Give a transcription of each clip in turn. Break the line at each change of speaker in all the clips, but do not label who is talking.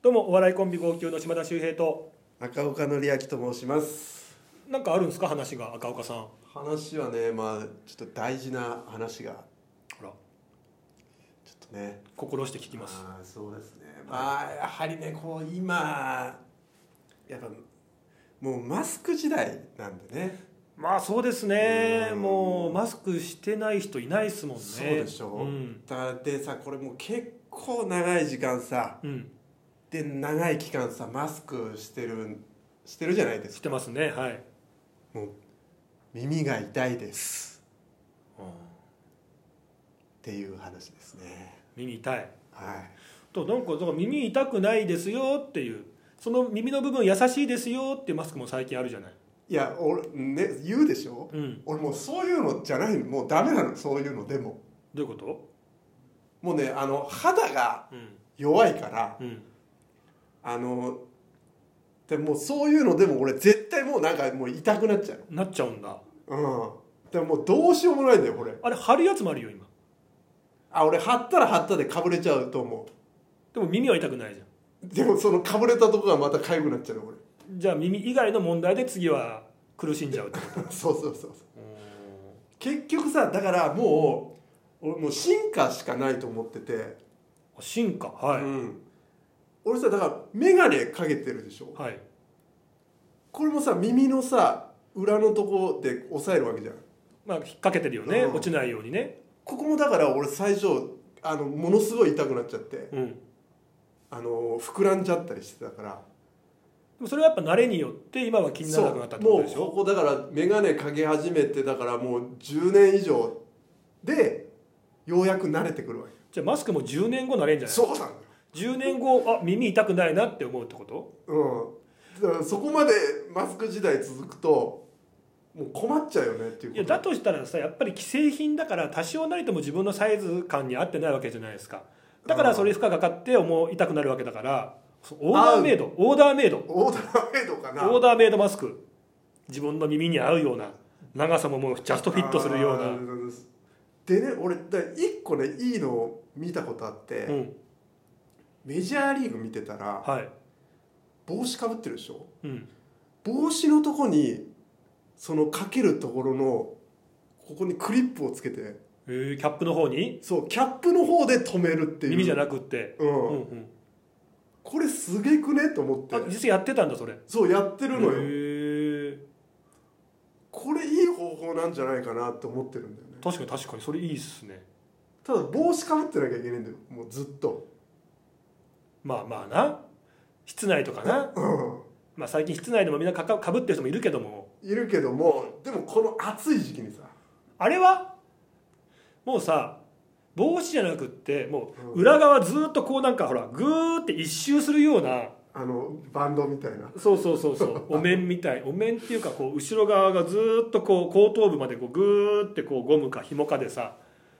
どうもお笑いコンビ号泣の島田秀平と
赤岡典明と申します
なんかあるんですか話が赤岡さんほ
話はねまあちょっと大事な話が
ら
ちょっとね
心して聞きます
あーそうですねまあやはりねこう今やっぱもうマスク時代なんでね
まあそうですね
うん
もうマスクしてない人いないですもんね
そうでしょ、
うん、
だからでさこれもう結構長い時間さ
うん、
で長い期間さマスクしてるしてるじゃないです
し
か
てますねはい、
もう耳が痛いですっていう話ですね
耳痛い
はい
となんかだから耳痛くないですよっていうその耳の部分優しいですよっていうマスクも最近あるじゃない、
いや俺ね言うでしょ、
うん、
俺もうそういうのじゃないのもうダメなのそういうのでも
どういうこ
もうねあの肌が
とうん
弱いから
うん
あのでもうそういうのでも俺絶対もうなんかもう痛くなっちゃう
なっちゃうんだ
のうんでももうどうしようもないんだよこれ
あれ貼るやつもあるよ今
あ俺貼ったら貼ったでかぶれちゃうと思
でも耳は痛くないじゃん
うでもそのかぶれたとこがまた痒くなっちゃうの俺
じゃあ耳以外の問題で次は苦しんじゃうってこと
そうそうそうそう結局さだからもう俺もう進化しかないと思ってて、
進化はい、
うん、俺さだから眼鏡かけてるでしょ
はい
これもさ耳のさ裏のとこで押さえるわけじゃん
まあ引っ掛けてるよね、
うん
落ちないようにね
ここもだから俺最初あのものすごい痛くなっちゃって
うんで
あの膨らんじゃったりしてたから
もそれはやっぱ慣れによって今は気にならなくなったってことでし
そうもう
ょ
ここだから眼鏡かけ始めてだからもう10年以上でようやく慣れてくるわけ
じゃあマスクも10年後慣れんじゃない
そうなんだよ
10年後あ耳痛くないなって思うってこと
うんだからそこまでマスク時代続くともう困っちゃうよねっていう
い
こ
や
と
だとしたらさやっぱり既製品だから多少なりとも自分のサイズ感に合ってないわけじゃないですかだからそれ負荷がかかって思う痛くなるわけだからそうオーダーメイドオーダーメイド
オーダーメイドかな
オーダーメイドマスク自分の耳に合うような長さももうジャストフィットするよう
あ
な
ーでね俺だから一個ねいいのを見たことあって、
うん
メジャーリーグ見てたら
はい
帽子かぶってるでしょ
うん
帽子のとこにそのかけるところのここにクリップをつけて
えーキャップの方に
そうキャップの方で止めるっていう
耳じゃ
な
なくって、
う
うん
ん、
うん、
これすげえくねと思
あ
って
実際やってたんだそれへ
そうやってるのよ、
ー
これいい方法なんじゃないかなと思ってるんだよね
確かに確かにそれいいっすね
ただ帽子かぶってなきゃいけないんだよもうずっと
まあまあな室内とかな、
う
まあ、最近室内でもみんなかかかぶってる人もいるけども
んいるけどもでもこの暑い時期にさ
あれはもうさ帽子じゃなくっても
う
う
ん
裏側ずっとこうなんかほらグーって一周するような
あのバンドみたいな
そうそうそうそうお面みたいお面っていうかこう後ろ側がずーっとこう後頭部までこうグーってこうゴムか紐かでさ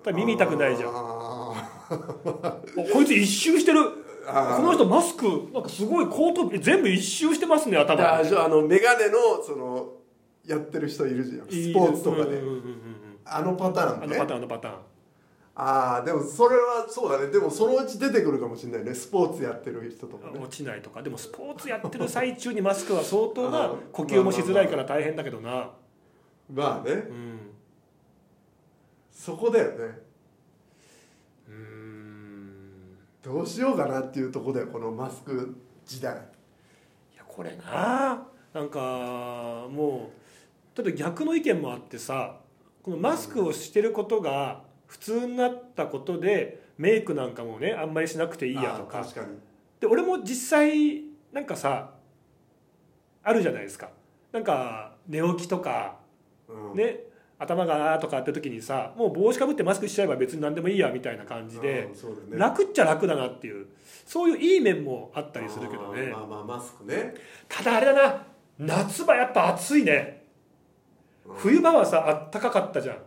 だから耳痛くないじゃんお
あ
こいつ一周してる
ーあ
この人マスクなんかすごい後頭部え全部一周してますね
ー
頭
あじゃああの眼鏡のそのやってる人いるじゃんスポーツとか
いい
で、
ねうんうんうん
あのパタ
うん
ー
あ
ン
の
ね
パターンあのパターン
ああでもそれはそうだねでもそのうち出てくるかもしれないねスポーツやってる人とかね
落ちないとかでもスポーツやってる最中にマスクは相当な
あー
呼吸もしづらいから大変だけどな
まあね
うん
そこだよね
うーん
どうしようかなっていうとこだよこのマスク時代
いやこれななんかもうちょっと逆の意見もあってさこのマスクをしてることが普通になったことでメイクなんかもねあんまりしなくていいやと
あ
か
ー確かに
で俺も実際なんかさあるじゃないですかなんか寝起きとか
うん
ね頭がなーとかって時にさもう帽子かぶってマスクしちゃえば別に何でもいいやみたいな感じで
うんそうだね
楽っちゃ楽だなっていうそういういい面もあったりするけどね
あーまあまあマスクね
ただあれだな夏場やっぱ暑いね冬場はさあったかかったじゃん
うん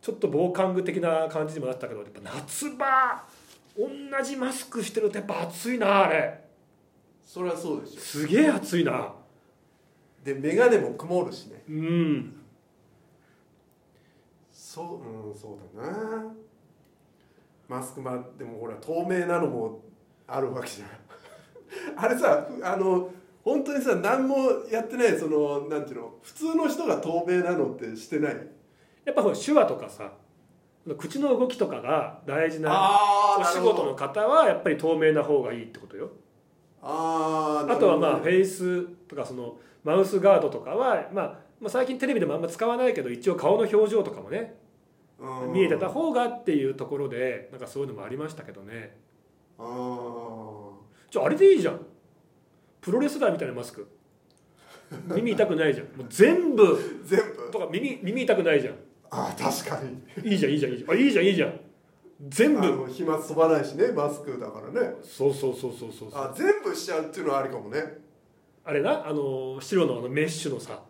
ちょっと防寒具的な感じにもなったけどやっぱ夏場同じマスクしてるとやっぱ暑いなあれ
それはそうでしょ
すげえ暑いな
で眼鏡も曇るしね
うん
そううんそうだなマスクまでもほら透明なのもあるわけじゃん あれさふあの本当にさ何もやってないそのなんていうの普通の人が透明なのってしてない
やっぱほら手話とかさ口の動きとかが大事な
あ
お仕事の方はやっぱり透明な方がいいってことよ
あーな
あ
る
とは
ほどね
まあフェイスとかそのマウスガードとかは、まあ、まあ最近テレビでもあんま使わないけど一応顔の表情とかもね
うん
見えてた方がっていうところでなんかそういうのもありましたけどね
あー
じゃああれでいいじゃんプロレスラーみたいなマスク耳痛くないじゃんもう全部
全部
とか耳耳痛くないじゃん
ああ確かに
いいじゃんいいじゃんいいじゃんあいいじゃんいいじゃん全
あ
部
の飛沫飛ばないしねマスクだからね
そうそうそうそうそうそう
あ全部しちゃうっていうのはありかもね
あれなあの白のあのメッシュのさ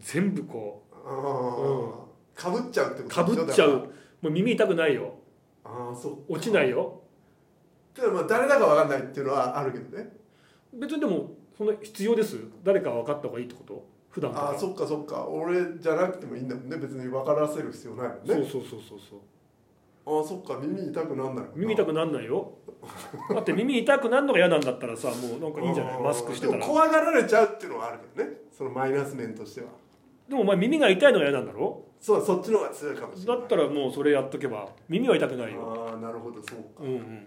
全部こ
ああかぶっちゃうって
う
こ
か
と
ぶ
でしょ
っちゃ
だか
うもう耳痛くないよ
らああそう
落ちないよ
ただまあ誰だかわかんないっていうのはあるけどね
別にでもその必要です誰か分かった方がいいってこと普段から
ああそっかそっか俺じゃなくてもいいんだもんね別に分からせる必要ないもんね
そうそうそうそうそう
ああそっか耳痛くなんないもんな
耳痛くなんないよだって耳痛くなんのが嫌なんだったらさもうなんかいいんじゃな
あ
い
あ
マスクしてたら
で
で
も
も
怖がられちゃうっていうのはあるけどねそのマイナス面としては
お前耳が痛いのが嫌なんだろ
そうそっちの方が強いかもしれ
だ
ない
ったらもうそれやっとけば耳は痛くないよ
ああなるほどそう
うんうんうん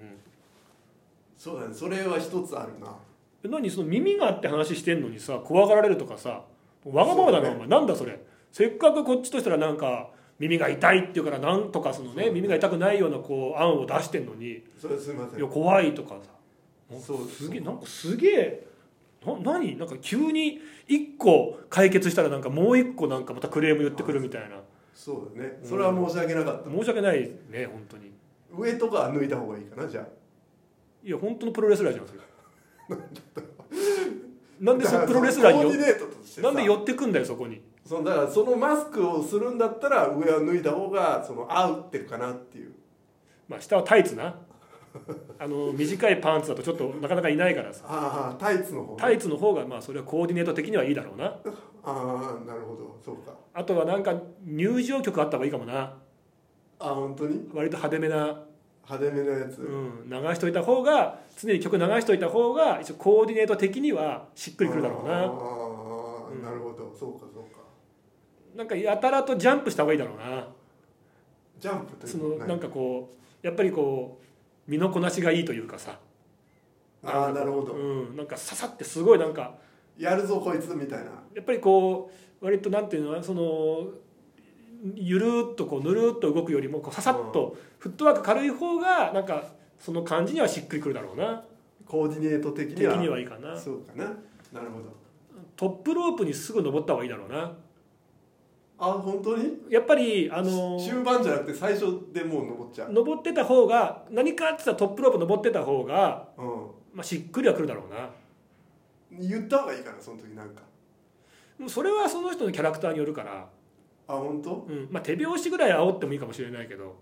そうだねそれは一つあるな
え何その耳があって話してんのにさ怖がられるとかさわがままだな、
そう
お
ね
前なんだそれせっかくこっちとしたらなんか耳が痛いっていうからなんとかそのね
そうね
耳が痛くないようなこう案を出してんのに
それすいませ
い
ん
や怖いとかさ
そう
すげえなんかすげえな何なんか急に一個解決したらなんかもう一個なんかまたクレーム言ってくるみたいな
そうだねそれは申し訳なかった、
申し訳ないね本当に
上とかは抜いた方がいいかなじゃ
いや本当のプロレスラーじゃんそれ
あ
なんでそのプロレスラー
だか
に
らコー
よ
ディネートとしてさ
なんで寄ってくんだよそこに
そのだからそのマスクをするんだったら上は脱いだ方がその合うってるかなっていう
まあ下はタイツな あの短いパンツだとちょっとなかなかいないからさ
ああタイツの方ね
タイツの方がまあそれはコーディネート的にはいいだろうな
ああなるほどそうか
あとはなんか入場曲あった方がいいかもな
あ本当に
割と派手めな、
派手めのやつ、
うん、流しといた方が常に曲流しといた方が一応コーディネート的にはしっくりくるだろう
あ
な
あ、
うん
なるほどそうかそうか
なんかやたらとジャンプした方がいいだろうな
ジャンプという
その
は
なんかこうやっぱりこう身のこなしがいいというかさ
ああなるほど、
うん、なんかささってすごいなんか
やるぞこいつみたいな
やっぱりこう割となんていうのそのゆるーっとこうぬるーっと動くよりもこうささっとフットワーク軽い方がなんかその感じにはしっくりくるだろうな
コーディネート的
的
には
にはいいかな
そうかななるほど
トップロープにすぐ登った方がいいだろうな
あ本当に
やっぱりあの
中盤じゃなくて最初でもう登っちゃう、
登ってた方が何かって言ったらトップロープ登ってた方が、
う、
まあ、しっくりはくるだろうなん
言った方がいいかなその時なんか
もうそれはその人のキャラクターによるから、
あ本当
うんまあ、手拍子ぐらい煽ってもいいかもしれないけど、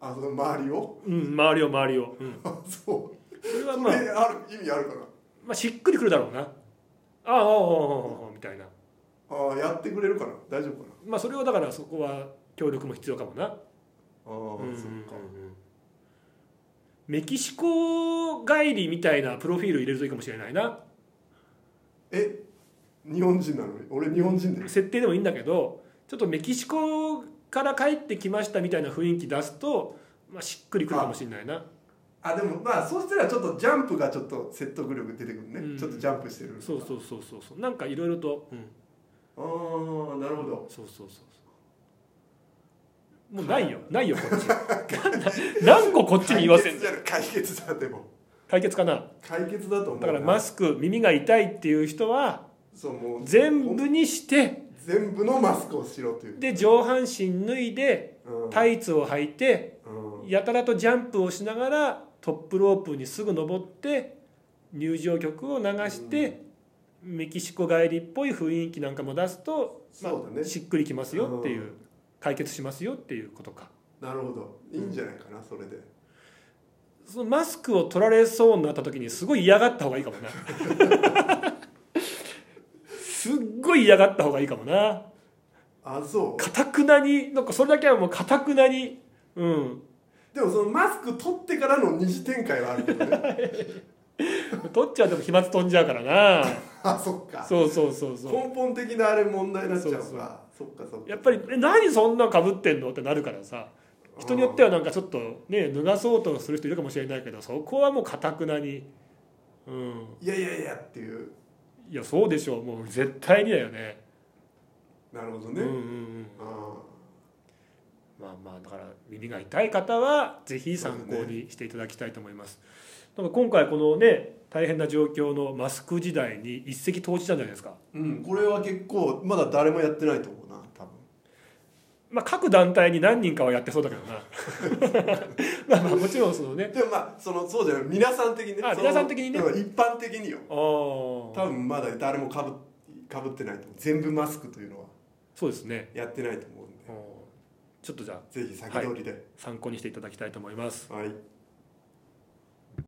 あその周りを
うん、周りを周りを、うん、
あそう
それは
そ
まあ
れある意味あるかな
まあ、しっくりくるだろうなああああああああみたいな
あやってくれるかな大丈夫かな
まあそれはだからそこは協力も必要かもな
ああ
うんうんうん
そっか
メキシコ帰りみたいなプロフィール入れるといいかもしれないな
え日本人なのに俺日本人だよ
設定でもいいんだけどちょっとメキシコから帰ってきましたみたいな雰囲気出すと、まあ、しっくりくるかもしれないな
あでもまあそうしたらちょっとジャンプがちょっと説得力出てくるね、
うん
ちょっとジャンプしてる
そうそうそうそうそうなんかいろいろと、うん、
ああなるほど
そうそうそうそうもうないよないよこっち 何個こっちに言わせんだ
解決じゃない解決だでも
解決かな
解決だと思う
だから
ま
マスク耳が痛いっていう人は
そうもう
全部にして
全部のマスクをしろという、
で上半身脱いで
うん
タイツを履いて
うん
やたらとジャンプをしながらトップロープにすぐ登って入場曲を流してメキシコ帰りっぽい雰囲気なんかも出すと、ま
そうだ
あ、
ね
しっくりきますよっていううん解決しますよっていうことか
なるほどいいんじゃないかな、それで
そのマスクを取られそうになった時にすごい嫌がった方がいいかもなすっごい嫌がった方がいいかもな
あそう
かたくなになんかそれだけはもうかたくなにうん
でもそのマスク取ってからの二次展開はあるけどね
取っちはでも飛沫飛んじゃうからな
あそ っか
そうそうそうそう
根本的なあれ問題になっちゃうわそっかそっか
やっぱり「え何そんなかぶってんの?」ってなるからさ人によってはなんかちょっとね脱がそうとする人いるかもしれないけどそこはもうかたくなにうん
いやいやいやっていう
いやそうでしょうもう絶対にだよね
なるほど
うん
ね、
うんうん
あ
まあまあだから耳が痛い方はぜひ参考にしていただきたいと思います。なんか今回このね大変な状況のマスク時代に一石投じたんじゃないですか。
ーうんこれは結構まだ誰もやってないと思うな多分
まあ各団体に何人かはやってそうだけどな。 まあまあもちろんそのね。
でもまあそのそうじゃない皆さん的にね
あ
その
皆さん的にね
うん一般的によ
あ
多
あ。
分まだ誰もかぶかぶってないと思う全部マスクというのは
そうですね。
やってないと思うんで
うんちょっとじゃあ
ぜひ先取りで
参考にしていただきたいと思います。
はい